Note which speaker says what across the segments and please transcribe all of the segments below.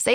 Speaker 1: Say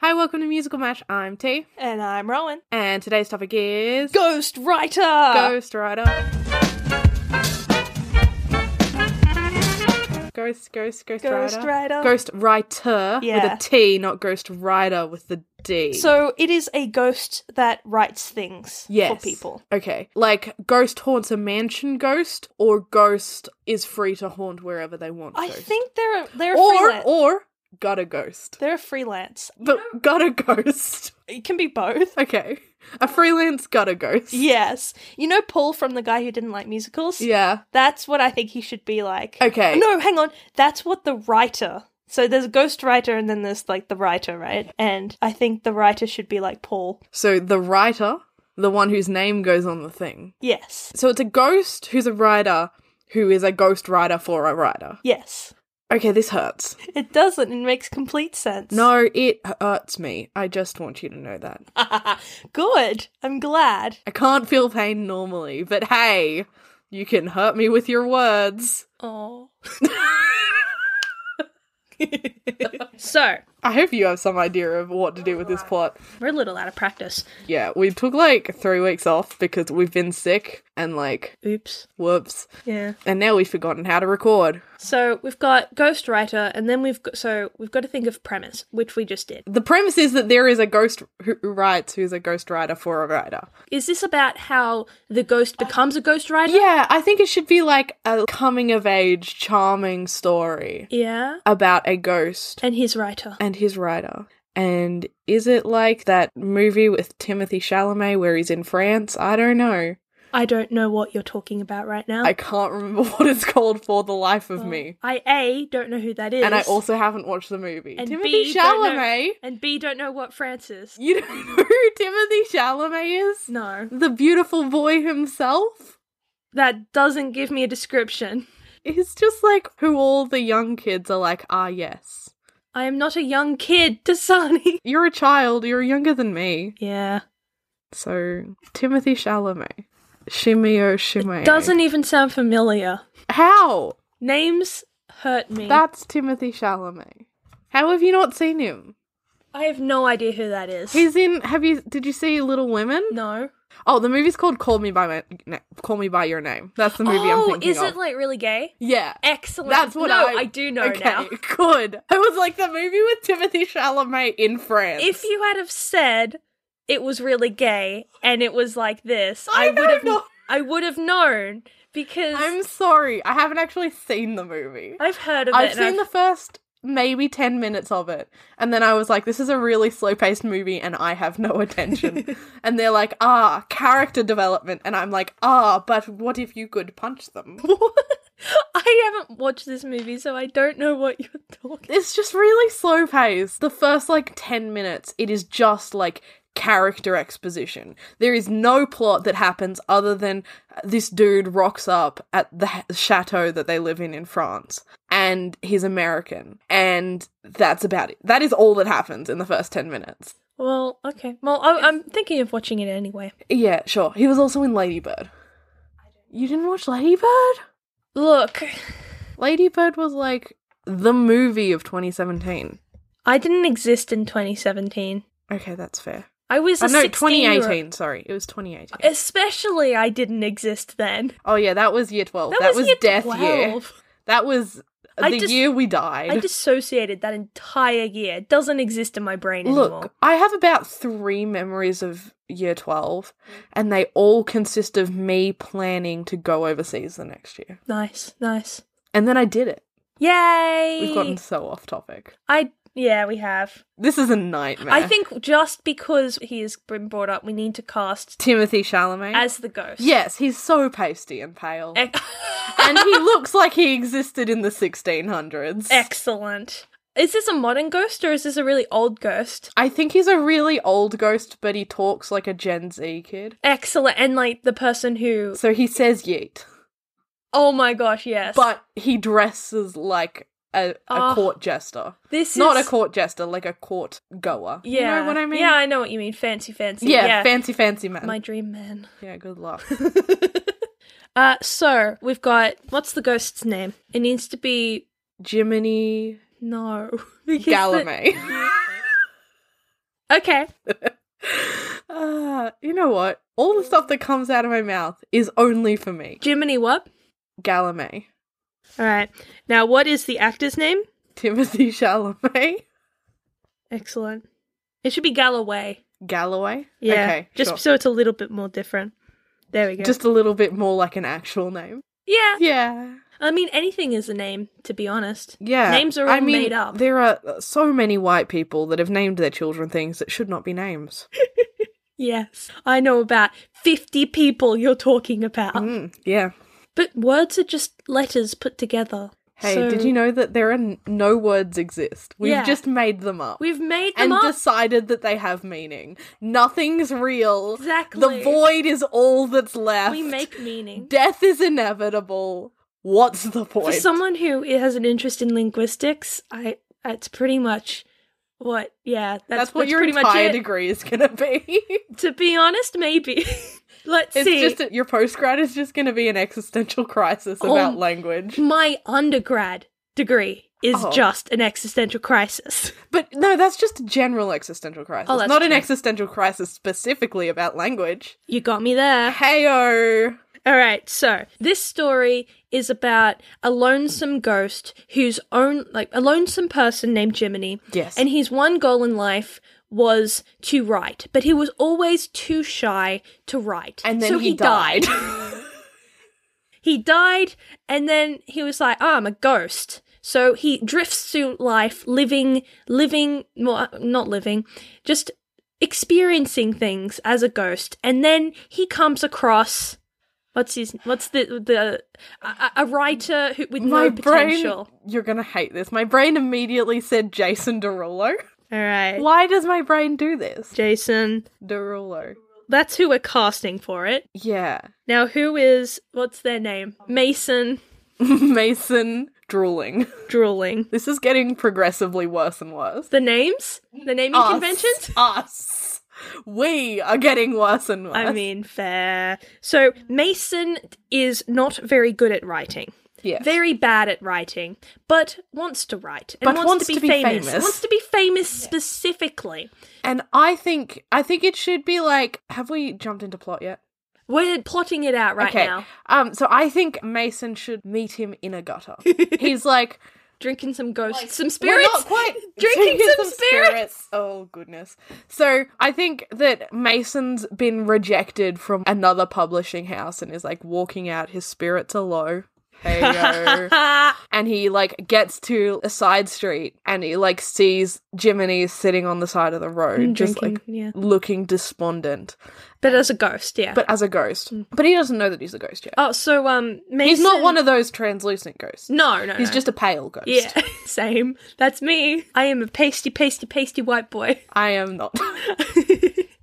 Speaker 2: Hi, welcome to Musical Mash. I'm T,
Speaker 3: And I'm Rowan.
Speaker 2: and today's topic is
Speaker 3: Ghost Writer!
Speaker 2: Ghost Rider. Ghost, ghost, ghost,
Speaker 3: Ghost
Speaker 2: rider.
Speaker 3: Rider.
Speaker 2: Ghost writer
Speaker 3: Yeah.
Speaker 2: with a T, not ghost rider with the D.
Speaker 3: So it is a ghost that writes things
Speaker 2: yes.
Speaker 3: for people.
Speaker 2: Okay. Like ghost haunts a mansion ghost or ghost is free to haunt wherever they want.
Speaker 3: I
Speaker 2: ghost.
Speaker 3: think they're they're a
Speaker 2: or
Speaker 3: freelance.
Speaker 2: or got a ghost.
Speaker 3: they're a freelance.
Speaker 2: But got a ghost.
Speaker 3: It can be both.
Speaker 2: Okay. A freelance got a ghost.
Speaker 3: Yes. You know Paul from the guy who didn't like musicals?
Speaker 2: Yeah.
Speaker 3: That's what I think he should be like.
Speaker 2: Okay.
Speaker 3: No, hang on. That's what the writer. So there's a ghost writer and then there's like the writer, right? And I think the writer should be like Paul.
Speaker 2: So the writer, the one whose name goes on the thing.
Speaker 3: Yes.
Speaker 2: So it's a ghost who's a writer who is a ghost writer for a writer.
Speaker 3: Yes.
Speaker 2: Okay, this hurts.
Speaker 3: It doesn't. It makes complete sense.
Speaker 2: No, it hurts me. I just want you to know that.
Speaker 3: Good. I'm glad.
Speaker 2: I can't feel pain normally, but hey, you can hurt me with your words.
Speaker 3: Oh. so,
Speaker 2: I hope you have some idea of what to do with this plot.
Speaker 3: we're a little out of practice.
Speaker 2: Yeah, we took like three weeks off because we've been sick and like,
Speaker 3: Oops.
Speaker 2: whoops.
Speaker 3: Yeah.
Speaker 2: And now we've forgotten how to record.
Speaker 3: So, we've got ghostwriter and then we've got so we've got to think of premise, which we just did.
Speaker 2: The premise is that there is a ghost who who writes who's a ghost writer for a writer.
Speaker 3: Is this about how the ghost becomes a ghostwriter?
Speaker 2: Yeah, I think it should be like a coming of age, charming story
Speaker 3: Yeah.
Speaker 2: about a ghost
Speaker 3: And his writer.
Speaker 2: and his writer. And is it like that movie with Timothy Chalamet where he's in France? I don't know.
Speaker 3: I don't know what you're talking about right now.
Speaker 2: I can't remember what it's called for the life of
Speaker 3: Oh. Well,
Speaker 2: me.
Speaker 3: I A don't know who that is.
Speaker 2: And I also haven't watched the movie.
Speaker 3: and
Speaker 2: Timothy
Speaker 3: B, don't know-
Speaker 2: Chalamet?
Speaker 3: and B don't know what Francis. is.
Speaker 2: You don't know who Timothy Chalamet is?
Speaker 3: No.
Speaker 2: The beautiful boy himself?
Speaker 3: That doesn't give me a description.
Speaker 2: It's just like who all the young kids are like, ah, yes.
Speaker 3: I am not a young kid, Dasani.
Speaker 2: You're a child, you're younger than me.
Speaker 3: Yeah.
Speaker 2: So, Timothy Chalamet. Shimeo Shimeo.
Speaker 3: Doesn't e- even sound familiar.
Speaker 2: How?
Speaker 3: Names hurt me.
Speaker 2: That's Timothy Chalamet. How have you not seen him?
Speaker 3: I have no idea who that is.
Speaker 2: He's in. Have you? Did you see Little Women?
Speaker 3: no.
Speaker 2: Oh, the movie's called Call Me by My Na- Call Me by Your Name. That's the movie I'm
Speaker 3: oh,
Speaker 2: thinking
Speaker 3: is
Speaker 2: of.
Speaker 3: it like really gay?
Speaker 2: yeah.
Speaker 3: Excellent.
Speaker 2: That's what
Speaker 3: no,
Speaker 2: I,
Speaker 3: I do know
Speaker 2: okay,
Speaker 3: now.
Speaker 2: Good. It was like the movie with Timothy Chalamet in France.
Speaker 3: If you had have said it was really gay and it was like this,
Speaker 2: I
Speaker 3: I,
Speaker 2: don't
Speaker 3: would have
Speaker 2: know.
Speaker 3: I would have known because
Speaker 2: I'm sorry. I haven't actually seen the movie.
Speaker 3: I've heard of
Speaker 2: I've
Speaker 3: it.
Speaker 2: seen
Speaker 3: and
Speaker 2: the first maybe 10 minutes of it. And then I was like, this is a really slow paced movie and I have no attention. and they're like, ah, character development. And I'm like, ah, but what if you could punch them?
Speaker 3: I haven't watched this movie, so I don't know what you're talking.
Speaker 2: It's just really slow paced. The first like 10 minutes, it is just like character exposition. There is no plot that happens other than this dude rocks up at the ha- chateau that they live in in France and he's American. And that's about it. That is all that happens in the first 10 minutes.
Speaker 3: Well, okay. Well, I, I'm thinking of watching it anyway.
Speaker 2: Yeah, sure. He was also in Ladybird. You didn't watch Ladybird?
Speaker 3: Look,
Speaker 2: Ladybird was like the movie of 2017.
Speaker 3: I didn't exist in 2017.
Speaker 2: Okay, that's fair.
Speaker 3: I was
Speaker 2: Uh,
Speaker 3: a
Speaker 2: no,
Speaker 3: 16-year-old.
Speaker 2: 2018. Sorry, it was 2018.
Speaker 3: Especially, I didn't exist then.
Speaker 2: oh yeah, that was year 12. That, was,
Speaker 3: year
Speaker 2: death year.
Speaker 3: 12.
Speaker 2: That was
Speaker 3: I
Speaker 2: the
Speaker 3: dis-
Speaker 2: year we died.
Speaker 3: I dissociated that entire year. It doesn't exist in my brain anymore.
Speaker 2: Look, I have about three memories of year 12,
Speaker 3: Mm.
Speaker 2: and they all consist of me planning to go overseas the next year.
Speaker 3: Nice, nice.
Speaker 2: And then I did it.
Speaker 3: Yay!
Speaker 2: We've gotten so off topic.
Speaker 3: I yeah, we have.
Speaker 2: This is a nightmare.
Speaker 3: I think just because he has been brought up, we need to cast
Speaker 2: Timothy Chalamet.
Speaker 3: as the ghost.
Speaker 2: yes, he's so pasty and pale.
Speaker 3: Ex-
Speaker 2: and he looks like he existed in the 1600s.
Speaker 3: Excellent. Is this a modern ghost or is this a really old ghost?
Speaker 2: I think he's a really old ghost, but he talks like a Gen Z kid.
Speaker 3: Excellent. And like the person who
Speaker 2: So he says yeet,
Speaker 3: Oh my gosh, yes.
Speaker 2: but he dresses like a, a
Speaker 3: Oh.
Speaker 2: court jester.
Speaker 3: this
Speaker 2: Not a
Speaker 3: is-
Speaker 2: court jester, like a court goer.
Speaker 3: Yeah.
Speaker 2: You know what I mean?
Speaker 3: Yeah, I know what you mean. Fancy fancy.
Speaker 2: Yeah,
Speaker 3: Yeah.
Speaker 2: fancy, fancy man.
Speaker 3: my dream man.
Speaker 2: Yeah, good luck.
Speaker 3: Uh so we've got what's the ghost's name? It needs to be
Speaker 2: Jiminy
Speaker 3: no. because the-
Speaker 2: Gallimay.
Speaker 3: Okay.
Speaker 2: Ah, you know what? All the stuff that comes out of my mouth is only for me.
Speaker 3: Jiminy what?
Speaker 2: Gallimay.
Speaker 3: Alright. Now what is the actor's name?
Speaker 2: Timothy Chalamet.
Speaker 3: Excellent. It should be Galloway.
Speaker 2: Galloway?
Speaker 3: Yeah.
Speaker 2: Okay,
Speaker 3: just
Speaker 2: sure.
Speaker 3: so it's a little bit more different. There we go.
Speaker 2: Just a little bit more like an actual name.
Speaker 3: yeah.
Speaker 2: Yeah.
Speaker 3: I mean, anything is a name, to be honest.
Speaker 2: Yeah.
Speaker 3: Names are all
Speaker 2: I mean,
Speaker 3: made up.
Speaker 2: There are uh, so many white people that have named their children things that should not be names.
Speaker 3: Yes. I know about 50 people you're talking about.
Speaker 2: Mm, yeah.
Speaker 3: But words are just letters put together.
Speaker 2: Hey, did you know that there are n- no words exist? We've
Speaker 3: Yeah.
Speaker 2: just made them up.
Speaker 3: We've made
Speaker 2: and
Speaker 3: them up.
Speaker 2: decided that they have meaning. Nothing's real. The
Speaker 3: Exactly.
Speaker 2: void is all that's left.
Speaker 3: we make meaning.
Speaker 2: Death is inevitable. What's the point?
Speaker 3: For someone who has an interest in linguistics, I that's pretty much what, yeah, that's,
Speaker 2: that's, what
Speaker 3: that's
Speaker 2: your
Speaker 3: pretty much
Speaker 2: entire
Speaker 3: it.
Speaker 2: degree is going to be.
Speaker 3: To be honest, maybe. Let's
Speaker 2: It's
Speaker 3: see.
Speaker 2: just that your postgrad is just going to be an existential crisis about
Speaker 3: Oh.
Speaker 2: language.
Speaker 3: My undergrad degree is
Speaker 2: Oh.
Speaker 3: just an existential crisis.
Speaker 2: But no, that's just a general existential crisis.
Speaker 3: Oh, that's
Speaker 2: Not an
Speaker 3: true.
Speaker 2: existential crisis specifically about language.
Speaker 3: You got me there.
Speaker 2: Heyo.
Speaker 3: All right, so this story is about a lonesome ghost whose own, like, a lonesome person named Jiminy.
Speaker 2: Yes.
Speaker 3: And his one goal in life was to write, but he was always too shy to write.
Speaker 2: And then
Speaker 3: so
Speaker 2: he
Speaker 3: died.
Speaker 2: died.
Speaker 3: he died, and then he was like, oh, I'm a ghost. So he drifts through life, living, living, well, not living, just experiencing things as a ghost. And then he comes across. What's his? What's the the a, a- a writer who, with
Speaker 2: My
Speaker 3: no potential?
Speaker 2: brain. You're going to hate this. My brain immediately said Jason Derulo.
Speaker 3: All right,
Speaker 2: Why does my brain do this?
Speaker 3: Jason.
Speaker 2: Derulo.
Speaker 3: That's who we're casting for it.
Speaker 2: Yeah.
Speaker 3: Now, who is what's their name? Mason
Speaker 2: Mason drooling.
Speaker 3: drooling.
Speaker 2: This is getting progressively worse and worse.
Speaker 3: The names, the naming
Speaker 2: Us.
Speaker 3: conventions.
Speaker 2: Us. We are getting worse and worse.
Speaker 3: I mean, fair. So Mason is not very good at writing.
Speaker 2: Yes.
Speaker 3: Very bad at writing, but wants to write and
Speaker 2: But
Speaker 3: wants, to be, famous.
Speaker 2: famous.
Speaker 3: Wants to be famous specifically.
Speaker 2: And I think I think it should be like have we jumped into plot yet?
Speaker 3: We're plotting it out right
Speaker 2: okay.
Speaker 3: now.
Speaker 2: Um so I think Mason should meet him in a gutter. He's like
Speaker 3: Drinking some ghosts, some
Speaker 2: we're
Speaker 3: spirits.
Speaker 2: not quite
Speaker 3: drinking some, spirits.
Speaker 2: Oh goodness. So I think that Mason's been rejected from another publishing house and is like walking out his spirits are low. Hey yo. and he like gets to a side street and he like sees Jiminy sitting on the side of the road
Speaker 3: Mm,
Speaker 2: just
Speaker 3: drinking,
Speaker 2: like
Speaker 3: yeah.
Speaker 2: looking despondent
Speaker 3: but as a ghost, yeah.
Speaker 2: but as a ghost
Speaker 3: Mm.
Speaker 2: but he doesn't know that he's a ghost yet
Speaker 3: oh, so um, Mason.
Speaker 2: he's not one of those translucent ghosts
Speaker 3: No, no.
Speaker 2: he's
Speaker 3: no.
Speaker 2: just a pale ghost
Speaker 3: Yeah, same. That's me. I am a pasty, pasty, pasty white boy.
Speaker 2: I am not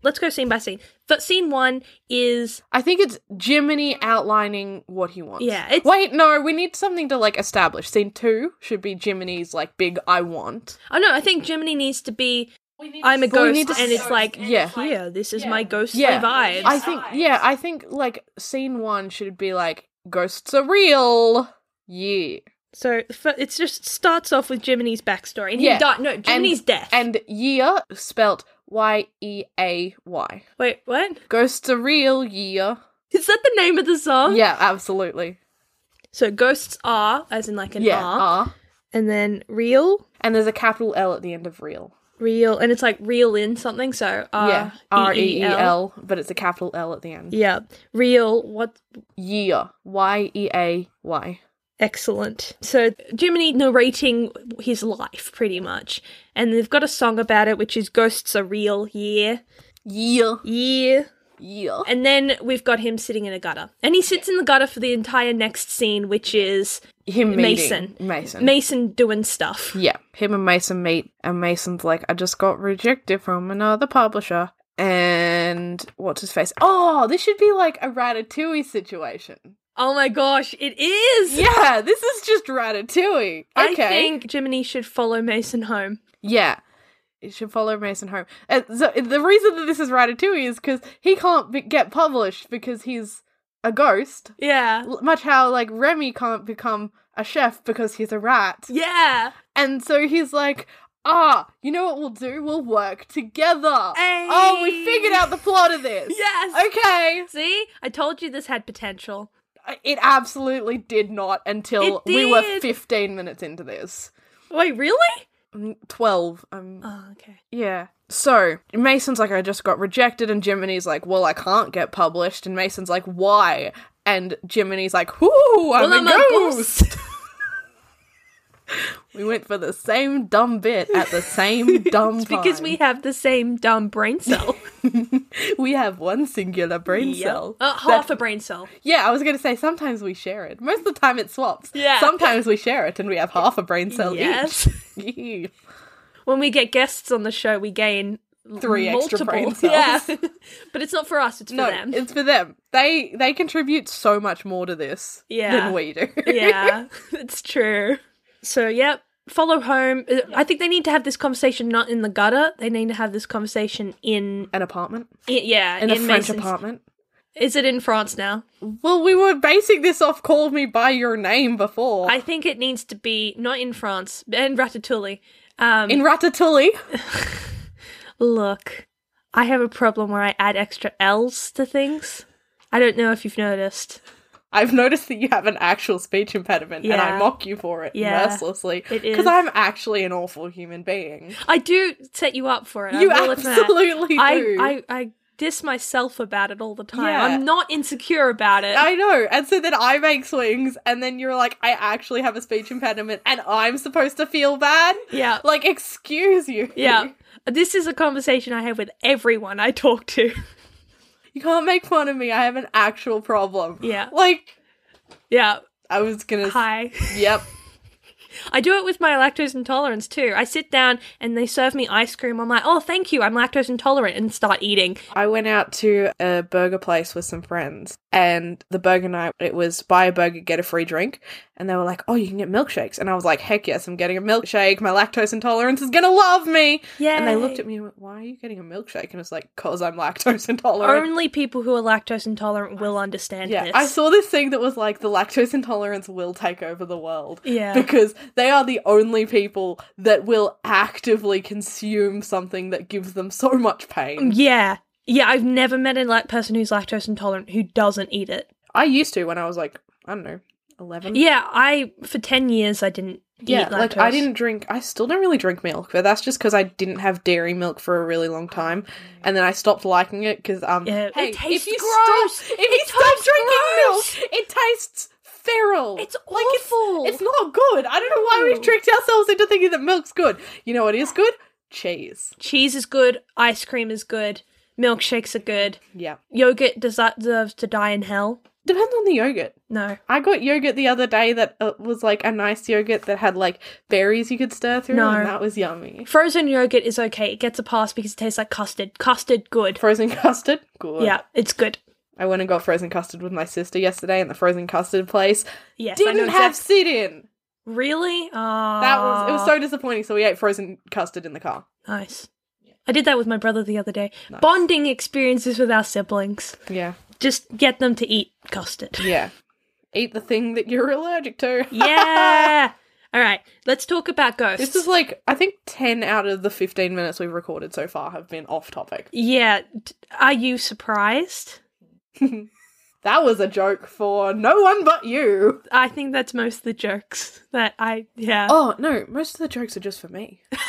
Speaker 3: Let's go scene by scene. But scene one is
Speaker 2: I think it's Jiminy outlining what he wants
Speaker 3: Yeah, it's-
Speaker 2: wait no we need something to like establish scene two should be Jiminy's like big I want
Speaker 3: oh no, I think Jiminy needs to be I'm a
Speaker 2: But we
Speaker 3: ghost,
Speaker 2: need to
Speaker 3: and
Speaker 2: s-
Speaker 3: it's like,
Speaker 2: yeah.
Speaker 3: here, this is my ghostly
Speaker 2: Yeah.
Speaker 3: vibes.
Speaker 2: I think yeah, I think like scene one should be like ghosts are real. Yeah.
Speaker 3: so f- it's just starts off with Jiminy's backstory, and
Speaker 2: Yeah.
Speaker 3: he died. No, Jiminy's
Speaker 2: and,
Speaker 3: death.
Speaker 2: And year spelt Y E A Y.
Speaker 3: wait, what
Speaker 2: Ghosts are real year.
Speaker 3: is that? The name of the song?
Speaker 2: Yeah, absolutely.
Speaker 3: So ghosts are, as in like an
Speaker 2: yeah.
Speaker 3: R,
Speaker 2: are.
Speaker 3: and then real,
Speaker 2: And there's a capital L at the end of real.
Speaker 3: real, and it's like real in something. So R,
Speaker 2: yeah. R E E L, but it's a capital L at the end.
Speaker 3: Yeah, real. What
Speaker 2: Year. Y E A Y.
Speaker 3: Excellent. So Jiminy narrating his life pretty much. And they've got a song about it which is Ghosts Are Real, yeah.
Speaker 2: Year.
Speaker 3: Yeah.
Speaker 2: Year.
Speaker 3: And then we've got him sitting in a gutter. And he sits in the gutter for the entire next scene which is
Speaker 2: Him meeting.
Speaker 3: Mason.
Speaker 2: Mason.
Speaker 3: Mason doing stuff.
Speaker 2: Yeah, him and Mason meet, and Mason's like, I just got rejected from another publisher. And what's his face? Oh, this should be like a Ratatouille situation.
Speaker 3: Oh my gosh, it is.
Speaker 2: Yeah, this is just Ratatouille. Okay.
Speaker 3: I think Jiminy should follow Mason home.
Speaker 2: Yeah. It should follow Mason home. And so the reason that this is Ratatouille is because he can't be- get published because he's a ghost.
Speaker 3: Yeah.
Speaker 2: L- Much how like Remy can't become a chef because he's a rat.
Speaker 3: Yeah.
Speaker 2: And so he's like, ah, you know what we'll do? We'll work together.
Speaker 3: Hey.
Speaker 2: Oh, we figured out the plot of this.
Speaker 3: Yes.
Speaker 2: Okay.
Speaker 3: See? I told you this had potential.
Speaker 2: It absolutely did not until
Speaker 3: It
Speaker 2: we were
Speaker 3: did.
Speaker 2: 15 minutes into this.
Speaker 3: Wait, really?
Speaker 2: Mm, 12. Um,
Speaker 3: Oh, okay.
Speaker 2: yeah. So Mason's like, I just got rejected. And Jiminy's like, well, I can't get published. And Mason's like, why? And Jiminy's like, whoo, I'm,
Speaker 3: Well, I'm
Speaker 2: a,
Speaker 3: a
Speaker 2: ghost. We went for the same dumb bit at the same dumb
Speaker 3: It's because
Speaker 2: time.
Speaker 3: we have the same dumb brain cell.
Speaker 2: we have one singular brain cell.
Speaker 3: Uh, half a brain cell.
Speaker 2: Yeah, I was going to say sometimes we share it. Most of the time it swaps.
Speaker 3: Yeah.
Speaker 2: Sometimes we share it and we have half a brain cell
Speaker 3: Yes.
Speaker 2: each.
Speaker 3: when we get guests on the show, we gain
Speaker 2: Three
Speaker 3: multiple.
Speaker 2: extra brain cells.
Speaker 3: Yeah. but it's not for us, it's for
Speaker 2: no,
Speaker 3: them.
Speaker 2: it's for them. They they contribute so much more to this
Speaker 3: Yeah.
Speaker 2: than we do.
Speaker 3: yeah, it's true. So, yep. Follow home. Uh, I think they need to have this conversation not in the gutter. They need to have this conversation in,
Speaker 2: An apartment
Speaker 3: i- yeah,
Speaker 2: in, a French
Speaker 3: Mason's-
Speaker 2: apartment.
Speaker 3: Is it in France now?
Speaker 2: Well, we were basing this off "Call Me by Your Name" before
Speaker 3: I think it needs to be not in France and Ratatouille. Um,
Speaker 2: in Ratatouille.
Speaker 3: Look, I have a problem where I add extra L's to things. I don't know if you've noticed.
Speaker 2: I've noticed that you have an actual speech impediment, and I
Speaker 3: Yeah.
Speaker 2: mock you for it
Speaker 3: Yeah.
Speaker 2: mercilessly
Speaker 3: It
Speaker 2: because
Speaker 3: is.
Speaker 2: I'm actually an awful human being.
Speaker 3: I do set you up for it.
Speaker 2: you
Speaker 3: I will admit.
Speaker 2: absolutely do.
Speaker 3: I, I I diss myself about it all the time.
Speaker 2: Yeah.
Speaker 3: I'm not insecure about it.
Speaker 2: I know. And so then I make swings, and then you're like, I actually have a speech impediment, and I'm supposed to feel bad?
Speaker 3: yeah.
Speaker 2: Like, excuse you.
Speaker 3: yeah. This is a conversation I have with everyone I talk to.
Speaker 2: You can't make fun of me. I have an actual problem.
Speaker 3: Yeah.
Speaker 2: Like,
Speaker 3: yeah.
Speaker 2: I was gonna.
Speaker 3: Hi.
Speaker 2: Yep.
Speaker 3: I do it with my lactose intolerance too. I sit down and they serve me ice cream. I'm like, oh, thank you. I'm lactose intolerant and start eating.
Speaker 2: I went out to a burger place with some friends, and the burger night it was buy a burger, get a free drink, and they were like, "Oh, you can get milkshakes," and I was like, "Heck yes, I'm getting a milkshake. My lactose intolerance is gonna love me." And they
Speaker 3: Yay.
Speaker 2: looked at me and went, "Why are you getting a milkshake?" And I was like, "Cause I'm lactose intolerant."
Speaker 3: Only people who are lactose intolerant will understand
Speaker 2: yeah,
Speaker 3: this.
Speaker 2: I saw this thing that was like the lactose intolerance will take over the world.
Speaker 3: Yeah.
Speaker 2: Because they are the only people that will actively consume something that gives them so much pain.
Speaker 3: Yeah. Yeah, I've never met a like person who's lactose intolerant who doesn't eat it.
Speaker 2: I used to when I was like, I don't know, 11.
Speaker 3: Yeah, I for 10 years I didn't
Speaker 2: Yeah,
Speaker 3: eat lactose.
Speaker 2: like I didn't drink. I still don't really drink milk, but that's just because I didn't have dairy milk for a really long time, and then I stopped liking it because um.
Speaker 3: Mm. Yeah, it
Speaker 2: hey, if
Speaker 3: tastes
Speaker 2: you
Speaker 3: gross.
Speaker 2: Stop, if
Speaker 3: It
Speaker 2: you stop
Speaker 3: tastes
Speaker 2: drinking milk, it tastes feral.
Speaker 3: It's
Speaker 2: it's-
Speaker 3: awful.
Speaker 2: It's, not good. I don't know why we've tricked ourselves into thinking that milk's good. You know what is good? Cheese.
Speaker 3: Cheese is good, ice cream is good, milkshakes are good.
Speaker 2: Yeah.
Speaker 3: Yogurt desi- deserves to die in hell.
Speaker 2: Depends on the yogurt.
Speaker 3: No.
Speaker 2: I got yogurt the other day that uh, was like a nice yogurt that had like berries you could stir through,
Speaker 3: No.
Speaker 2: and that was yummy.
Speaker 3: Frozen yogurt is okay. It gets a pass because it tastes like custard. Custard good.
Speaker 2: Frozen custard, good.
Speaker 3: Yeah, it's good.
Speaker 2: I went and got frozen custard with my sister yesterday in the frozen custard place.
Speaker 3: Yes, I know
Speaker 2: Didn't have
Speaker 3: exact-
Speaker 2: sit in.
Speaker 3: Really? Oh.
Speaker 2: That was it was so disappointing. So we ate frozen custard in the car.
Speaker 3: nice. I did that with my brother the other day. Bonding experiences with our siblings.
Speaker 2: Yeah.
Speaker 3: Just get them to eat custard.
Speaker 2: Yeah. Eat the thing that you're allergic to.
Speaker 3: yeah. All right. Let's talk about ghosts.
Speaker 2: This is like I think ten out of the fifteen minutes we've recorded so far have been off topic.
Speaker 3: yeah. d- Are you surprised?
Speaker 2: That was a joke for no one but you.
Speaker 3: I think that's most of the jokes that I yeah.
Speaker 2: Oh no, most of the jokes are just for me. Oh.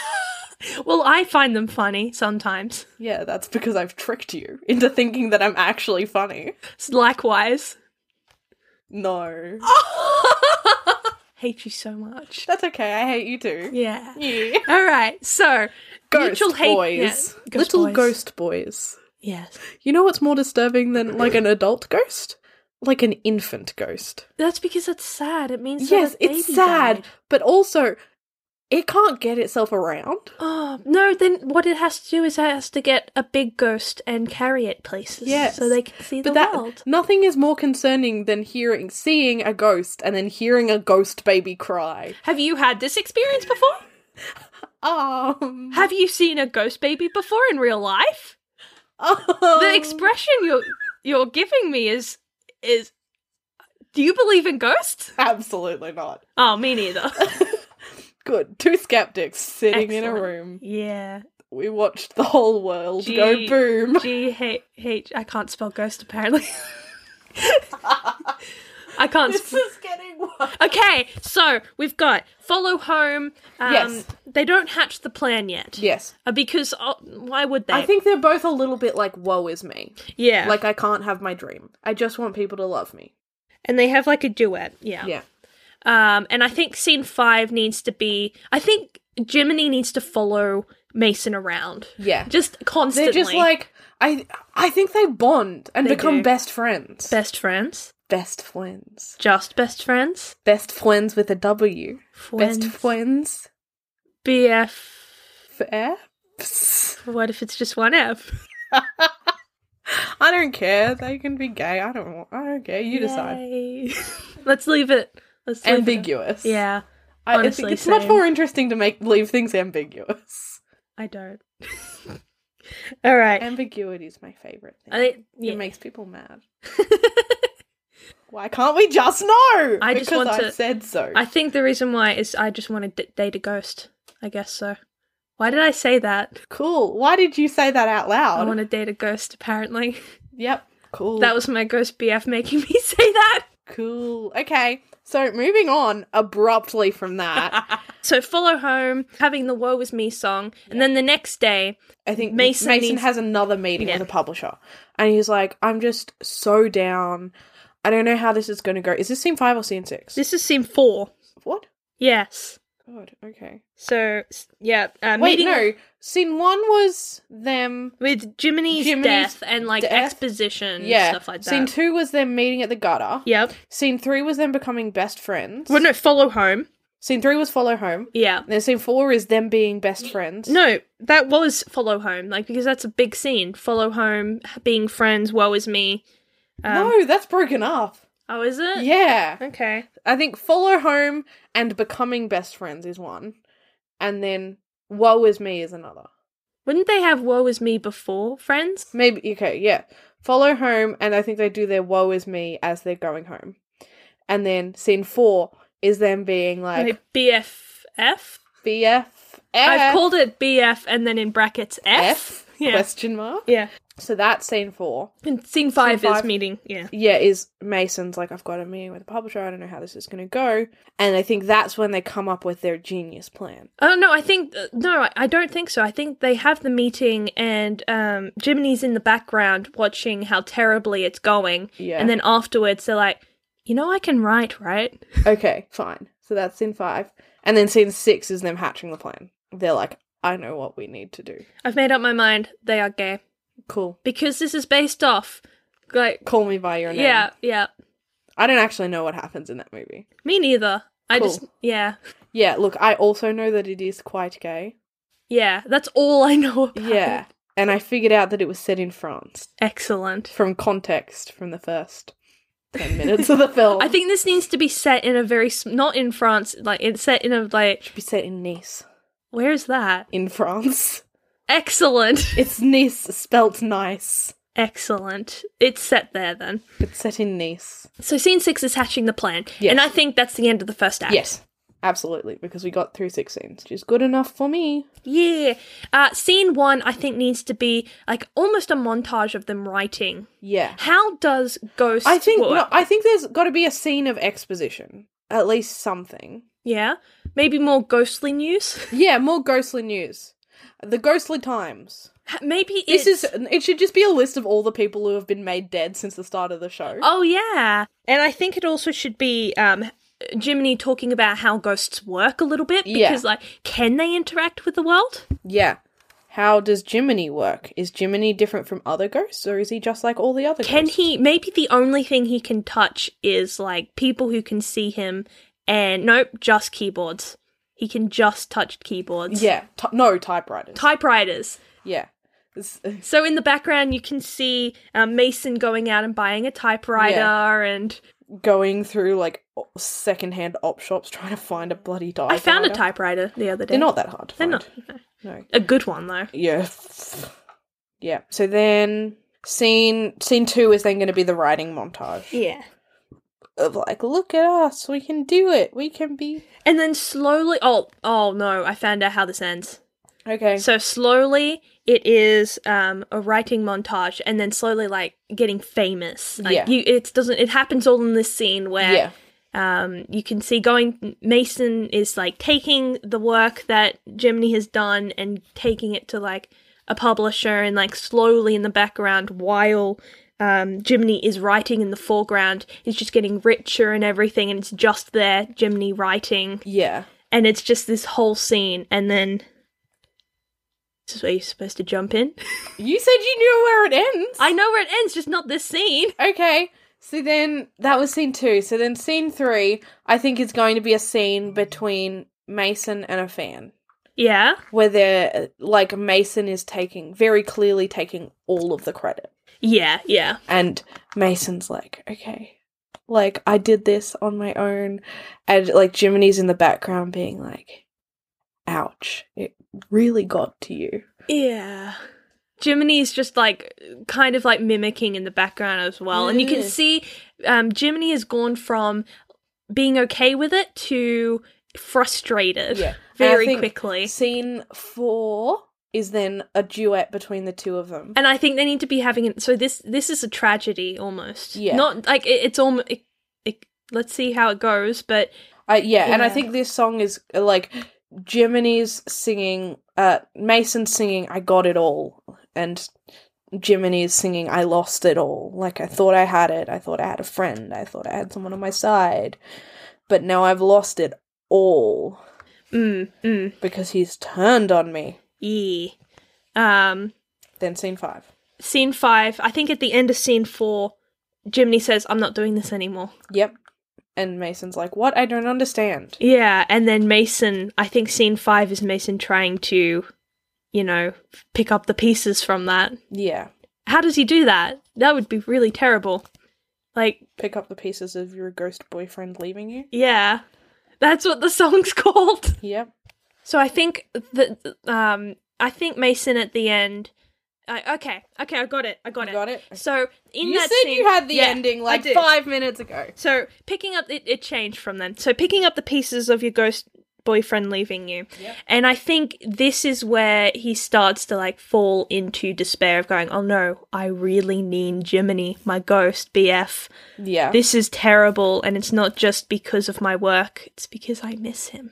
Speaker 3: Well, I find them funny sometimes.
Speaker 2: Yeah, that's because I've tricked you into thinking that I'm actually funny.
Speaker 3: Likewise.
Speaker 2: No.
Speaker 3: Hate you so much.
Speaker 2: That's okay, I hate you too.
Speaker 3: Yeah.
Speaker 2: Yeah.
Speaker 3: All right. So,
Speaker 2: Ghost
Speaker 3: mutual hate
Speaker 2: boys.
Speaker 3: yeah, ghost
Speaker 2: Little
Speaker 3: boys.
Speaker 2: ghost boys.
Speaker 3: Yes.
Speaker 2: You know what's more disturbing than like an adult ghost? Like an infant ghost.
Speaker 3: That's because that's sad. It means that
Speaker 2: yes,
Speaker 3: that
Speaker 2: it's
Speaker 3: baby
Speaker 2: sad,
Speaker 3: died.
Speaker 2: but also it can't get itself around.
Speaker 3: Oh no! Then what it has to do is it has to get a big ghost and carry it places,
Speaker 2: Yes,
Speaker 3: so they can see the
Speaker 2: But that
Speaker 3: world.
Speaker 2: nothing is more concerning than hearing seeing a ghost and then hearing a ghost baby cry.
Speaker 3: Have you had this experience before?
Speaker 2: Um,
Speaker 3: Have you seen a ghost baby before in real life? The Oh.
Speaker 2: um,
Speaker 3: expression you're you're giving me is is. Do you believe in ghosts?
Speaker 2: absolutely not.
Speaker 3: Oh, me neither.
Speaker 2: Good. Two skeptics sitting in a
Speaker 3: Excellent.
Speaker 2: room.
Speaker 3: yeah.
Speaker 2: We watched the whole world go
Speaker 3: Gee-
Speaker 2: boom.
Speaker 3: G H H. I can't spell ghost apparently. I can't.
Speaker 2: This
Speaker 3: Sp-
Speaker 2: is getting worse.
Speaker 3: okay, so we've got follow home. Um,
Speaker 2: Yes.
Speaker 3: They don't hatch the plan yet.
Speaker 2: Yes.
Speaker 3: Uh, because uh, why would they?
Speaker 2: I think they're both a little bit like, woe is me.
Speaker 3: Yeah.
Speaker 2: Like, I can't have my dream. I just want people to love me.
Speaker 3: and they have like a duet. Yeah.
Speaker 2: Yeah.
Speaker 3: Um, and I think scene five needs to be. I think Jiminy needs to follow Mason around.
Speaker 2: Yeah.
Speaker 3: Just constantly.
Speaker 2: They're just like, I I think they bond and
Speaker 3: They
Speaker 2: become
Speaker 3: do.
Speaker 2: best friends.
Speaker 3: best friends.
Speaker 2: best friends.
Speaker 3: Just best friends.
Speaker 2: Best friends with a W. Best
Speaker 3: Friends.
Speaker 2: friends.
Speaker 3: BF.
Speaker 2: Fs.
Speaker 3: What if it's just one F?
Speaker 2: I don't care. They can be gay. I don't. want- I don't care. You decide.
Speaker 3: Yay. Let's leave it. Let's leave
Speaker 2: Ambiguous.
Speaker 3: It. Yeah,
Speaker 2: I, I think
Speaker 3: honestly,
Speaker 2: it's much
Speaker 3: same.
Speaker 2: more interesting to make leave things ambiguous.
Speaker 3: I don't. All right.
Speaker 2: Ambiguity is my favorite thing.
Speaker 3: I, yeah.
Speaker 2: It makes people mad. Why can't we just know?
Speaker 3: I
Speaker 2: because
Speaker 3: just want
Speaker 2: I
Speaker 3: to-
Speaker 2: said so.
Speaker 3: I think the reason why is I just wanted to date a ghost. I guess so. Why did I say that?
Speaker 2: Cool. Why did you say that out loud?
Speaker 3: I want to date a ghost. Apparently,
Speaker 2: Yep. Cool.
Speaker 3: that was my ghost BF making me say that.
Speaker 2: cool. Okay. So moving on abruptly from that,
Speaker 3: So follow home, having the "Woe Is Me" song, and then the next day,
Speaker 2: I think Mason,
Speaker 3: Mason
Speaker 2: Mason
Speaker 3: needs-
Speaker 2: has another meeting
Speaker 3: Yeah.
Speaker 2: with a publisher, and he's like, "I'm just so down. I don't know how this is going to go. Is this scene five or scene six?
Speaker 3: this is scene four.
Speaker 2: what?
Speaker 3: Yes.
Speaker 2: God. Okay.
Speaker 3: So s- yeah, uh,
Speaker 2: Wait,
Speaker 3: meeting
Speaker 2: no. Scene one was them.
Speaker 3: with Jiminy's,
Speaker 2: Jiminy's
Speaker 3: death and like
Speaker 2: death.
Speaker 3: exposition
Speaker 2: Yeah.
Speaker 3: stuff like that.
Speaker 2: Scene two was them meeting at the gutter.
Speaker 3: Yep.
Speaker 2: Scene three was them becoming best friends.
Speaker 3: Well, no, follow home.
Speaker 2: Scene three was follow home.
Speaker 3: Yeah.
Speaker 2: And then scene four is them being best friends.
Speaker 3: No, that was follow home, like because that's a big scene. Follow home, being friends, woe is me.
Speaker 2: no, that's broken up.
Speaker 3: Oh, is it?
Speaker 2: Yeah.
Speaker 3: Okay.
Speaker 2: Uh, I think follow home and becoming best friends is one, and then woe is me is another.
Speaker 3: Wouldn't they have woe is me before friends?
Speaker 2: Maybe okay, yeah. Follow home, and I think they do their woe is me as they're going home, and then scene four is them being like
Speaker 3: Like, BFF.
Speaker 2: BF.
Speaker 3: I've called it BF and then in brackets F. Yeah.
Speaker 2: question mark.
Speaker 3: Yeah.
Speaker 2: So that's scene four.
Speaker 3: And scene five,
Speaker 2: Scene five.
Speaker 3: is meeting. Yeah.
Speaker 2: yeah, is Mason's like, I've got a meeting with a publisher, I don't know how this is gonna go. And I think that's when they come up with their genius plan.
Speaker 3: Oh no, I think uh, no, I- I don't think so. I think they have the meeting and um Jiminy's in the background watching how terribly it's going.
Speaker 2: Yeah.
Speaker 3: And then afterwards they're like, "You know I can write, right?"
Speaker 2: Okay, fine. So that's scene five. And then scene six is them hatching the plan. They're like, I know what we need to do.
Speaker 3: I've made up my mind. They are gay
Speaker 2: Cool.
Speaker 3: because this is based off like
Speaker 2: Call me by your name.
Speaker 3: yeah, yeah.
Speaker 2: I don't actually know what happens in that movie.
Speaker 3: Me neither. I
Speaker 2: Cool.
Speaker 3: just yeah.
Speaker 2: Yeah, look, I also know that it is quite gay.
Speaker 3: Yeah, that's all I know about. it.
Speaker 2: Yeah. And I figured out that it was set in France
Speaker 3: Excellent.
Speaker 2: from context from the first 10 minutes of the film.
Speaker 3: I think this needs to be set in a very s- not in France, like it's set in a like
Speaker 2: it should be set in Nice,
Speaker 3: where is that?
Speaker 2: in France.
Speaker 3: Excellent.
Speaker 2: It's Nice, spelt nice.
Speaker 3: Excellent. It's set there then.
Speaker 2: It's set in Nice.
Speaker 3: So scene six is hatching the plan.
Speaker 2: Yes.
Speaker 3: And I think that's the end of the first act.
Speaker 2: Yes, absolutely, because we got through six scenes, which is good enough for me.
Speaker 3: Yeah. Uh, scene one, I think, needs to be like almost a montage of them writing.
Speaker 2: Yeah.
Speaker 3: How does Ghost
Speaker 2: I think
Speaker 3: work?
Speaker 2: no, I think there's got to be a scene of exposition, at least something.
Speaker 3: yeah. Maybe more ghostly news.
Speaker 2: Yeah, more ghostly news. The ghostly times.
Speaker 3: Maybe
Speaker 2: This
Speaker 3: it's-
Speaker 2: is it should just be a list of all the people who have been made dead since the start of the show.
Speaker 3: Oh yeah, and I think it also should be um, Jiminy talking about how ghosts work a little bit
Speaker 2: Yeah.
Speaker 3: because, like, can they interact with the world?
Speaker 2: Yeah. How does Jiminy work? Is Jiminy different from other ghosts or is he just like all the other
Speaker 3: Can
Speaker 2: ghosts?
Speaker 3: he? Maybe the only thing he can touch is like people who can see him, and nope, just keyboards. He can just touch keyboards.
Speaker 2: Yeah. T- no, typewriters.
Speaker 3: typewriters.
Speaker 2: yeah. It's- uh,
Speaker 3: So in the background, you can see um, Mason going out and buying a typewriter,
Speaker 2: Yeah.
Speaker 3: and
Speaker 2: Going through like o- secondhand op shops trying to find a bloody typewriter.
Speaker 3: I found a typewriter the other day.
Speaker 2: They're not that hard to
Speaker 3: They're
Speaker 2: find.
Speaker 3: not
Speaker 2: No.
Speaker 3: a good one though.
Speaker 2: Yeah. Yeah. So then scene scene 2 is then going to be the writing montage.
Speaker 3: Yeah.
Speaker 2: Of like look at us, we can do it. We can be
Speaker 3: And then slowly, oh, oh no, I found out how this ends.
Speaker 2: Okay.
Speaker 3: So uh, slowly, it is um, a writing montage, and then slowly, like getting famous. Like,
Speaker 2: Yeah.
Speaker 3: you, it doesn't. It happens all in this scene
Speaker 2: yeah.
Speaker 3: where um, you can see going. Mason is like taking the work that Gemini has done and taking it to like a publisher, and like slowly in the background while. Um, Jiminy is writing in the foreground. He's just getting richer and everything, and it's just there, Jiminy writing
Speaker 2: Yeah.
Speaker 3: and it's just this whole scene and then this is where you're supposed to jump in
Speaker 2: You said you knew where it ends.
Speaker 3: i know where it ends just not this scene
Speaker 2: Okay. So then that was scene two. So then scene three, I think, is going to be a scene between Mason and a fan.
Speaker 3: yeah
Speaker 2: Where they're like Mason is taking very clearly taking all of the credit.
Speaker 3: yeah yeah
Speaker 2: And Mason's like, okay. Like I did this on my own and like Jiminy's in the background being like, Ouch, it really got to you.
Speaker 3: yeah jiminy's just like kind of like mimicking in the background as well and you can
Speaker 2: Yeah.
Speaker 3: see um jiminy has gone from being okay with it to frustrated
Speaker 2: Yeah. And I
Speaker 3: very
Speaker 2: think
Speaker 3: quickly
Speaker 2: Scene four is then a duet between the two of them.
Speaker 3: and I think they need to be having it. So this this is a tragedy almost.
Speaker 2: Yeah.
Speaker 3: Not like it, it's almost. It, it, let's see how it goes, but
Speaker 2: Uh, yeah, and I
Speaker 3: Yeah.
Speaker 2: think this song is uh, like Jiminy's singing, uh, Mason singing "I Got It All," and Jiminy's singing "I Lost It All." Like I thought I had it, I thought I had a friend, I thought I had someone on my side, but now I've lost it all
Speaker 3: mm, mm,
Speaker 2: because he's turned on me.
Speaker 3: yeah. Um,
Speaker 2: Then scene five.
Speaker 3: scene five. I think at the end of scene four, Jiminy says, "I'm not doing this anymore."
Speaker 2: Yep. And Mason's like, "What? I don't understand."
Speaker 3: Yeah, and then Mason. I think scene five is Mason trying to, you know, pick up the pieces from that.
Speaker 2: Yeah.
Speaker 3: How does he do that? That would be really terrible. Like
Speaker 2: Pick up the pieces of your ghost boyfriend leaving you.
Speaker 3: Yeah. That's what the song's called.
Speaker 2: Yep.
Speaker 3: So I think that um I think Mason at the end I okay, okay, I got it. I got
Speaker 2: You
Speaker 3: it.
Speaker 2: got it?
Speaker 3: So in
Speaker 2: you
Speaker 3: that
Speaker 2: said
Speaker 3: scene,
Speaker 2: you had the
Speaker 3: Yeah,
Speaker 2: ending
Speaker 3: I
Speaker 2: like
Speaker 3: did.
Speaker 2: five minutes ago.
Speaker 3: So picking up it, it changed from then. So picking up the pieces of your ghost boyfriend leaving you. And I think this is where he starts to like fall into despair of going, "Oh no, I really need Jiminy, my ghost BF.
Speaker 2: Yeah.
Speaker 3: This is terrible and it's not just because of my work, it's because I miss him."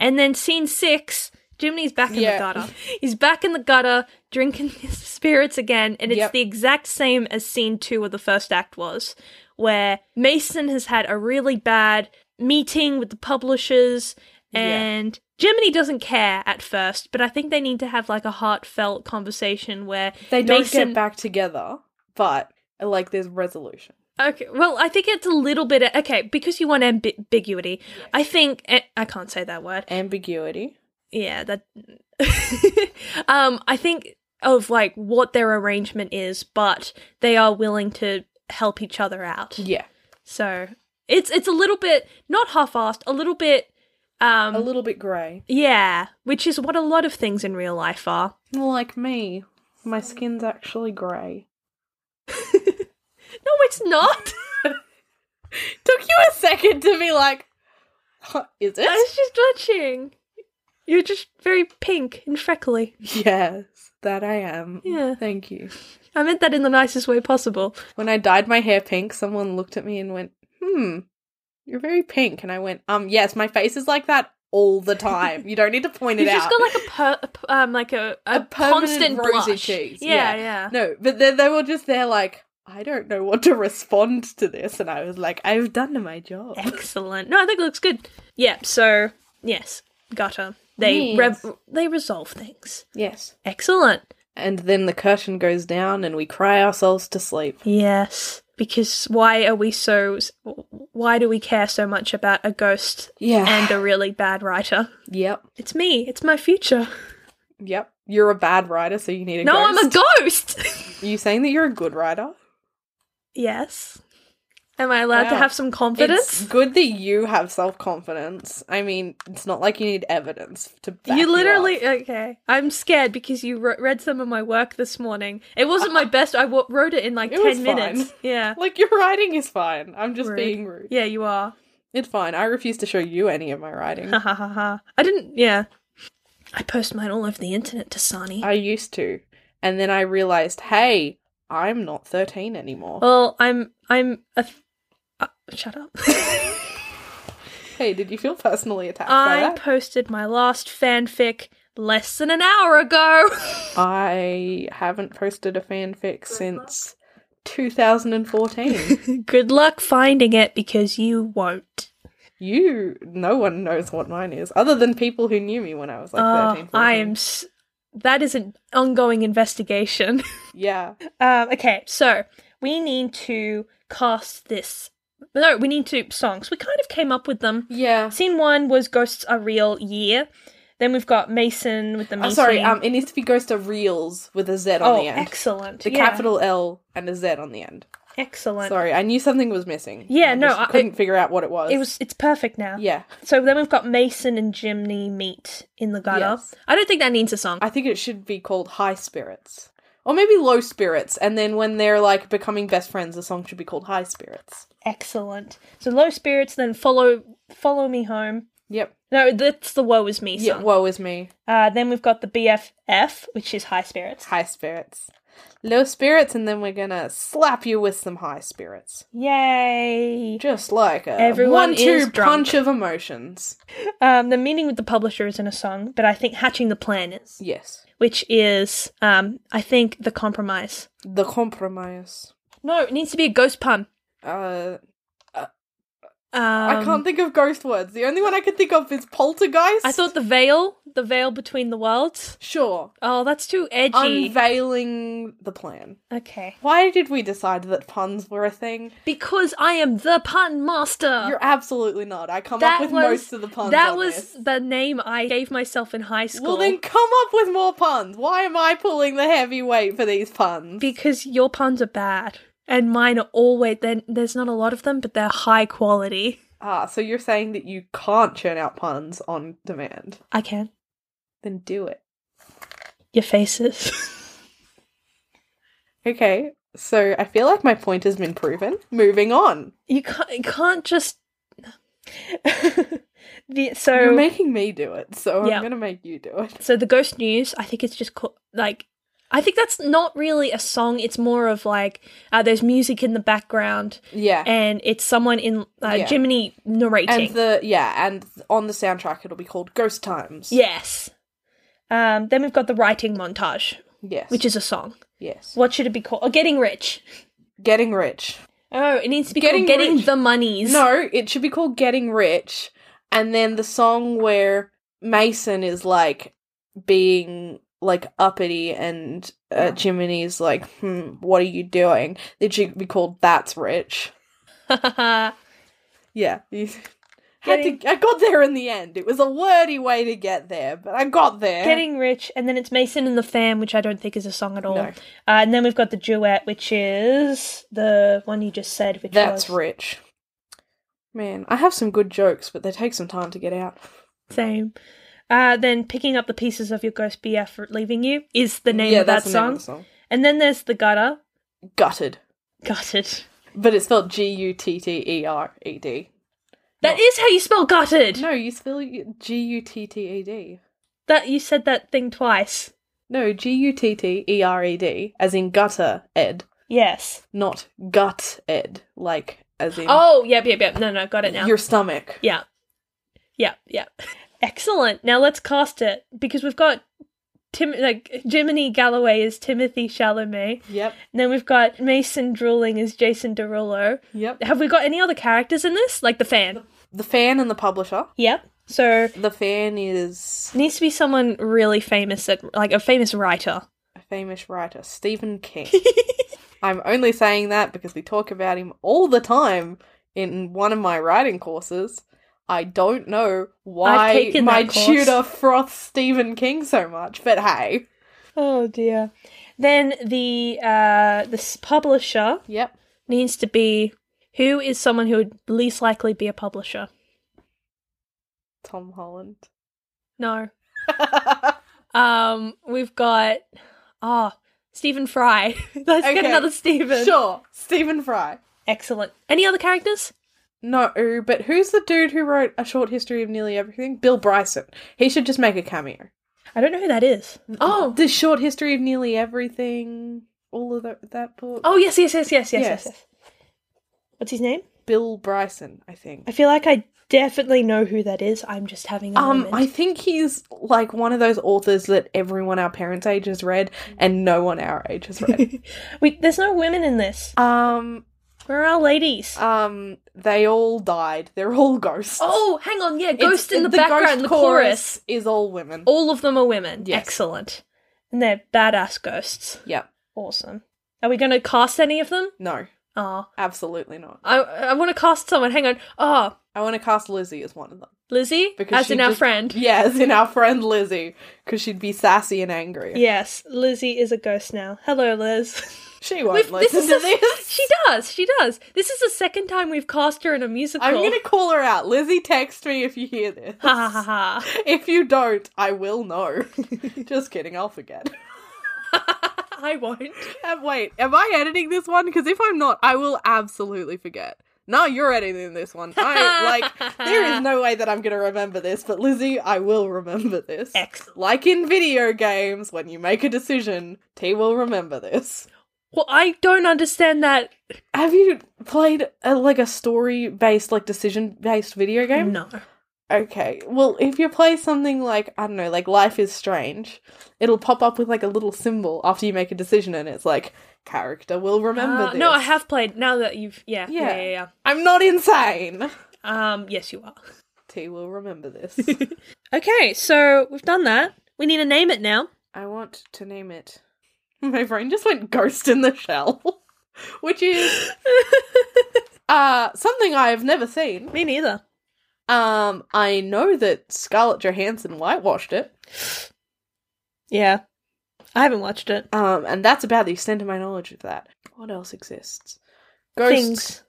Speaker 3: And then scene 6, Jiminy's back in
Speaker 2: Mm-hmm. Yeah.
Speaker 3: the gutter. He's back in the gutter drinking his spirits again, and it's
Speaker 2: Yep.
Speaker 3: the exact same as scene two of the first act was, where Mason has had a really bad meeting with the publishers,
Speaker 2: Yeah.
Speaker 3: and Jiminy doesn't care at first, but I think they need to have like a heartfelt conversation where
Speaker 2: they don't
Speaker 3: Mason-
Speaker 2: get back together, but like there's resolution.
Speaker 3: Okay, well, I think it's a little bit okay because you want ambi- ambiguity. I think eh, I can't say that word.
Speaker 2: Ambiguity.
Speaker 3: yeah that um i think of like what their arrangement is but they are willing to help each other out
Speaker 2: Yeah.
Speaker 3: so it's it's a little bit not half-assed a little bit Um,
Speaker 2: a little bit grey.
Speaker 3: yeah, which is what a lot of things in real life are.
Speaker 2: Like me, my skin's actually grey.
Speaker 3: No, it's not.
Speaker 2: Took you a second to be like, huh, is
Speaker 3: I
Speaker 2: it?
Speaker 3: was just watching. You're just very pink and freckly.
Speaker 2: yes, that I am.
Speaker 3: Yeah.
Speaker 2: Thank you.
Speaker 3: I meant that in the nicest way possible.
Speaker 2: When I dyed my hair pink, someone looked at me and went, hmm, you're very pink. And I went, um, yes, my face is like that all the time. You don't need to point it
Speaker 3: You've just
Speaker 2: out.
Speaker 3: got like a per- a p- um, like a, a,
Speaker 2: permanent
Speaker 3: constant
Speaker 2: rosy
Speaker 3: blush.
Speaker 2: cheeks.
Speaker 3: Yeah, yeah.
Speaker 2: No, but then they were just there like, I don't know what to respond to this. And I was like, I've done my job.
Speaker 3: Excellent. No, I think it looks good. Yeah. So yes, gutter. They
Speaker 2: Yes.
Speaker 3: rev- they resolve things.
Speaker 2: Yes.
Speaker 3: Excellent.
Speaker 2: And then the curtain goes down and we cry ourselves to sleep.
Speaker 3: Yes. Because why are we so? Why do we care so much about a ghost
Speaker 2: Yeah.
Speaker 3: and a really bad writer?
Speaker 2: yep.
Speaker 3: It's me. It's my future.
Speaker 2: Yep. You're a bad writer, so you need a
Speaker 3: No,
Speaker 2: ghost.
Speaker 3: I'm a ghost.
Speaker 2: Are you saying that you're a good writer?
Speaker 3: yes. Am I allowed to
Speaker 2: Wow.
Speaker 3: have some confidence?
Speaker 2: It's good that you have self confidence. I mean, it's not like you need evidence to back
Speaker 3: you literally
Speaker 2: up.
Speaker 3: okay. I'm scared because you wr- read some of my work this morning. It wasn't my best. I w- wrote it in like
Speaker 2: It
Speaker 3: ten
Speaker 2: was
Speaker 3: minutes.
Speaker 2: fine.
Speaker 3: Yeah.
Speaker 2: like your writing is fine. I'm just
Speaker 3: Rude.
Speaker 2: being rude.
Speaker 3: Yeah, you are.
Speaker 2: It's fine. I refuse to show you any of my writing.
Speaker 3: Ha ha ha ha. I didn't. Yeah. I post mine all over the internet to Sani.
Speaker 2: I used to, and then I realized, hey, I'm not 13 anymore.
Speaker 3: well, I'm. I'm a. Th- uh, shut up.
Speaker 2: hey, did you feel personally attacked
Speaker 3: I
Speaker 2: by that?
Speaker 3: posted my last fanfic less than an hour ago.
Speaker 2: I haven't posted a fanfic since 2014.
Speaker 3: Good luck finding it because you won't.
Speaker 2: You, no one knows what mine is, other than people who knew me when I was like
Speaker 3: Oh,
Speaker 2: 13. 14.
Speaker 3: I am. S- that is an ongoing investigation.
Speaker 2: Yeah.
Speaker 3: Um, okay, so we need to cast this. No, we need to songs. We kind of came up with them.
Speaker 2: Yeah.
Speaker 3: Scene one was "Ghosts Are Real." Year. Then we've got Mason with the.
Speaker 2: I'm
Speaker 3: Meeting.
Speaker 2: sorry, um, it needs to be Ghost of Reels with a Z on
Speaker 3: oh,
Speaker 2: the end.
Speaker 3: excellent.
Speaker 2: The
Speaker 3: yeah.
Speaker 2: capital L and a Z on the end.
Speaker 3: Excellent.
Speaker 2: Sorry, I knew something was missing.
Speaker 3: Yeah,
Speaker 2: I
Speaker 3: no,
Speaker 2: just
Speaker 3: I-
Speaker 2: couldn't figure out what it was.
Speaker 3: It was. It's perfect now.
Speaker 2: Yeah.
Speaker 3: So then we've got Mason and Jimmy meet in the gutter.
Speaker 2: Yes.
Speaker 3: I don't think that needs a song.
Speaker 2: I think it should be called High Spirits. Or maybe Low Spirits, and then when they're like becoming best friends, the song should be called High Spirits.
Speaker 3: Excellent. So low spirits. Then follow. Follow me home.
Speaker 2: Yep.
Speaker 3: No, that's the woe is me
Speaker 2: Yeah,
Speaker 3: song.
Speaker 2: woe is me.
Speaker 3: uh, then we've got the BFF, which is high spirits.
Speaker 2: High Spirits. Low Spirits, and then we're gonna slap you with some High Spirits.
Speaker 3: Yay!
Speaker 2: Just like a
Speaker 3: Everyone
Speaker 2: one two
Speaker 3: is drunk.
Speaker 2: punch of emotions.
Speaker 3: Um, the meaning with the publisher is in a song, but I think hatching the plan is,
Speaker 2: Yes.
Speaker 3: which is, um, I think the compromise.
Speaker 2: The compromise.
Speaker 3: No, it needs to be a ghost pun.
Speaker 2: Uh
Speaker 3: Um,
Speaker 2: I can't think of ghost words. The only one I could think of is poltergeist.
Speaker 3: I thought the veil, the veil between the worlds.
Speaker 2: Sure.
Speaker 3: Oh, that's too edgy.
Speaker 2: Unveiling the plan.
Speaker 3: okay,
Speaker 2: Why did we decide that puns were a thing?
Speaker 3: because I am the pun master.
Speaker 2: You're absolutely not. I come up with most of the puns.
Speaker 3: That
Speaker 2: on
Speaker 3: was
Speaker 2: this.
Speaker 3: the name I gave myself in high school.
Speaker 2: Well then come up with more puns. Why am I pulling the heavy weight for these puns?
Speaker 3: because your puns are bad and mine are always. Then there's not a lot of them, but they're high quality.
Speaker 2: ah, so you're saying that you can't churn out puns on demand.
Speaker 3: I can.
Speaker 2: Then do it.
Speaker 3: Your faces.
Speaker 2: Okay, so I feel like my point has been proven. Moving on.
Speaker 3: you can't you can't just the so
Speaker 2: You're making me do it, so
Speaker 3: Yeah.
Speaker 2: I'm gonna make you do it.
Speaker 3: so the ghost news i think it's just called like i think that's not really a song it's more of like uh, there's music in the background
Speaker 2: Yeah.
Speaker 3: and it's someone in uh,
Speaker 2: Yeah.
Speaker 3: jiminy narrating
Speaker 2: And the yeah, and on the soundtrack it'll be called Ghost Times.
Speaker 3: yes um, then we've got the writing montage
Speaker 2: Yes.
Speaker 3: which is a song
Speaker 2: yes.
Speaker 3: what should it be called oh, getting rich
Speaker 2: Getting rich.
Speaker 3: oh it needs to be
Speaker 2: Getting
Speaker 3: getting, called getting
Speaker 2: Rich-
Speaker 3: the monies
Speaker 2: No, it should be called Getting Rich, and then the song where Mason is like being like uppity and uh, Jiminy's like, hmm, what are you doing? It should be called That's Rich. Yeah. you- Had
Speaker 3: Getting-
Speaker 2: to, I got there in the end. It was a wordy way to get there, but I got there.
Speaker 3: Getting Rich, and then it's Mason and the Fam, which I don't think is a song at all.
Speaker 2: No.
Speaker 3: Uh, and then we've got the duet, which is the one you just said, which
Speaker 2: That's
Speaker 3: was...
Speaker 2: rich. Man, I have some good jokes, but they take some time to get out.
Speaker 3: Same. Uh, then picking up the pieces of your ghost BF for leaving you is the name
Speaker 2: yeah,
Speaker 3: of that
Speaker 2: that's the
Speaker 3: song.
Speaker 2: name of the song.
Speaker 3: And then there's the gutter.
Speaker 2: Gutted.
Speaker 3: Gutted.
Speaker 2: But it's spelled G U T T E R E D.
Speaker 3: That is how you spell gutted.
Speaker 2: No, you spell G U T T E D.
Speaker 3: That you said that thing twice.
Speaker 2: No, G U T T E R E D, as in gutter ed,
Speaker 3: Yes.
Speaker 2: not gut ed, like as in
Speaker 3: Oh, yep, yep, yep. No, no, got it now.
Speaker 2: your stomach.
Speaker 3: Yeah. Yeah, yeah. Excellent. Now let's cast it because we've got Tim like Jiminy Galloway is Timothy Chalamet.
Speaker 2: Yep,
Speaker 3: And then we've got Mason Drooling is Jason Derulo.
Speaker 2: yep.
Speaker 3: Have we got any other characters in this? Like the fan.
Speaker 2: The fan and the publisher.
Speaker 3: Yep. So
Speaker 2: The fan is
Speaker 3: needs to be someone really famous at like a famous writer.
Speaker 2: a famous writer, Stephen King. I'm only saying that because we talk about him all the time in one of my writing courses. I don't know why
Speaker 3: taken
Speaker 2: my
Speaker 3: that course.
Speaker 2: tutor froths Stephen King so much, but hey.
Speaker 3: Oh dear. Then the uh this publisher
Speaker 2: Yep.
Speaker 3: needs to be who is someone who would least likely be a publisher?
Speaker 2: Tom Holland.
Speaker 3: No. Um we've got ah Stephen Fry. Let's get
Speaker 2: Okay.
Speaker 3: another Stephen.
Speaker 2: sure, Stephen Fry.
Speaker 3: Excellent. Any other characters?
Speaker 2: No, but who's the dude who wrote A Short History of Nearly Everything? Bill Bryson. He should just make a cameo.
Speaker 3: I don't know who that is. Oh.
Speaker 2: The Short History of Nearly Everything, all of that, that book.
Speaker 3: Oh yes, yes, yes, yes, yes, yes,
Speaker 2: Yes.
Speaker 3: yes. What's his name?
Speaker 2: Bill Bryson, I think.
Speaker 3: I feel like I definitely know who that is. I'm just having a
Speaker 2: Um,
Speaker 3: moment.
Speaker 2: I think he's like one of those authors that everyone our parents' age has read and no one our age has read.
Speaker 3: Wait, there's no women in this.
Speaker 2: um,
Speaker 3: Where are our ladies?
Speaker 2: um, they all died. They're all ghosts.
Speaker 3: oh, hang on. Yeah,
Speaker 2: It's-
Speaker 3: Ghost in the,
Speaker 2: ghost
Speaker 3: background, the chorus.
Speaker 2: is all women.
Speaker 3: All of them are women.
Speaker 2: Yes.
Speaker 3: Excellent. And they're badass ghosts.
Speaker 2: Yep.
Speaker 3: Awesome. Are we going to cast any of them?
Speaker 2: No,
Speaker 3: Oh,
Speaker 2: absolutely not.
Speaker 3: I I want to cast someone. Hang on. Oh,
Speaker 2: I want to cast Lizzie as one of them.
Speaker 3: Lizzie,
Speaker 2: Because
Speaker 3: as
Speaker 2: she
Speaker 3: in our
Speaker 2: just-
Speaker 3: friend.
Speaker 2: Yeah, as in our friend Lizzie, because she'd be sassy and angry.
Speaker 3: Yes, Lizzie is a ghost now. Hello, Liz.
Speaker 2: She won't
Speaker 3: We've-
Speaker 2: listen
Speaker 3: is
Speaker 2: to
Speaker 3: a-
Speaker 2: this.
Speaker 3: She does. She does. This is the second time we've cast her in a musical.
Speaker 2: I'm gonna call her out. Lizzie, text me if you hear this.
Speaker 3: Ha ha ha ha.
Speaker 2: if you don't, I will know. Just kidding, I'll forget.
Speaker 3: I won't.
Speaker 2: Uh, wait, am I editing this one? Because if I'm not, I will absolutely forget. No, you're editing this one. I like there is no way that I'm gonna remember this, but Lizzie, I will remember this.
Speaker 3: Excellent.
Speaker 2: Like in video games, when you make a decision, T will remember this.
Speaker 3: Well, I don't understand that.
Speaker 2: Have you played a, like a story based, like decision based video game?
Speaker 3: No.
Speaker 2: Okay. Well, if you play something like, I don't know, like Life is Strange, it'll pop up with like a little symbol after you make a decision and it's like, character will remember
Speaker 3: Uh,
Speaker 2: this.
Speaker 3: No, I have played. Now that you've, yeah, yeah,
Speaker 2: Yeah.
Speaker 3: yeah,
Speaker 2: I'm not insane.
Speaker 3: yeah. Um, yes, you are.
Speaker 2: T will remember this.
Speaker 3: Okay, so we've done that. We need to name it now.
Speaker 2: I want to name it. My brain just went ghost in the shell, which is uh something I have never seen.
Speaker 3: Me neither.
Speaker 2: Um, I know that Scarlett Johansson whitewashed it.
Speaker 3: Yeah, I haven't watched it.
Speaker 2: Um, and that's about the extent of my knowledge of that. What else exists? Ghosts.
Speaker 3: Things.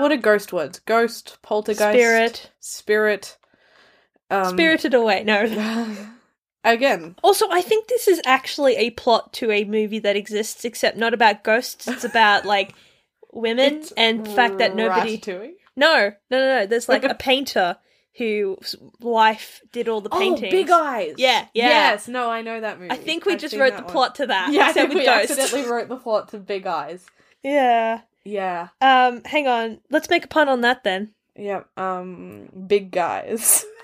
Speaker 2: What are ghost words? Ghost, poltergeist,
Speaker 3: Spirit.
Speaker 2: spirit, um,
Speaker 3: Spirited Away. No.
Speaker 2: Again,
Speaker 3: Also, I think this is actually a plot to a movie that exists, except not about ghosts. It's about like women
Speaker 2: It's
Speaker 3: and the fact that nobody.
Speaker 2: Ratatouille?
Speaker 3: No, no, no, no. There's like a painter whose wife did all the paintings.
Speaker 2: Oh, big eyes.
Speaker 3: Yeah, yeah.
Speaker 2: Yes, no, I know that movie.
Speaker 3: I think we
Speaker 2: I've
Speaker 3: just
Speaker 2: seen
Speaker 3: wrote
Speaker 2: that
Speaker 3: the
Speaker 2: one.
Speaker 3: plot to that.
Speaker 2: Yeah, I
Speaker 3: except
Speaker 2: think
Speaker 3: with
Speaker 2: we
Speaker 3: ghosts.
Speaker 2: accidentally wrote the plot to Big Eyes.
Speaker 3: Yeah.
Speaker 2: Yeah,
Speaker 3: Um, hang on. Let's make a pun on that then.
Speaker 2: yeah. Um, big guys.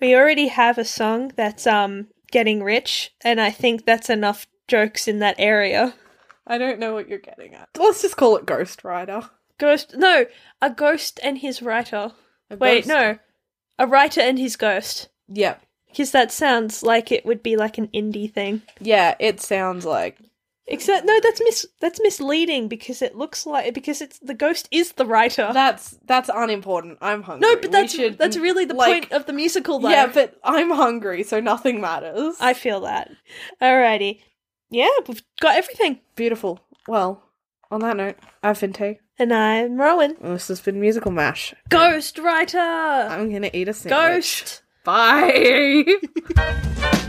Speaker 3: We already have a song that's um getting rich, and I think that's enough jokes in that area.
Speaker 2: I don't know what you're getting at. Let's just call it Ghost Rider.
Speaker 3: Ghost no, a ghost and his writer.
Speaker 2: A
Speaker 3: Wait,
Speaker 2: ghost-
Speaker 3: no. A writer and his ghost.
Speaker 2: Yeah,
Speaker 3: Because that sounds like it would be like an indie thing.
Speaker 2: yeah. It sounds like
Speaker 3: Except no, that's mis that's misleading because it looks like because it's the ghost is the writer.
Speaker 2: that's that's unimportant. I'm hungry.
Speaker 3: no, but
Speaker 2: We
Speaker 3: that's
Speaker 2: should,
Speaker 3: that's really the
Speaker 2: like-
Speaker 3: point of the musical though.
Speaker 2: Yeah, but I'm hungry, so nothing matters.
Speaker 3: I feel that. Alrighty. Yeah, we've got everything.
Speaker 2: Beautiful. Well, On that note, I've been Tay.
Speaker 3: And I'm Rowan.
Speaker 2: and This has been Musical Mash.
Speaker 3: Ghost writer.
Speaker 2: I'm gonna eat a sandwich.
Speaker 3: Ghost.
Speaker 2: Bye.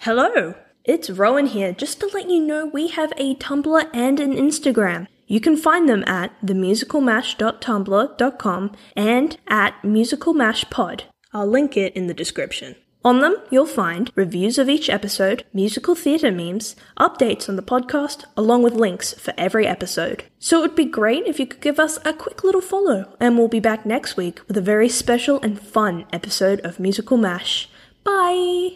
Speaker 3: Hello, it's Rowan here. Just to let you know, we have a Tumblr and an Instagram. You can find them at themusicalmash.tumblr.com and at musicalmashpod. I'll link it in the description. On them, you'll find reviews of each episode, musical theatre memes, updates on the podcast, along with links for every episode. So it would be great if you could give us a quick little follow, and we'll be back next week with a very special and fun episode of Musical Mash. Bye!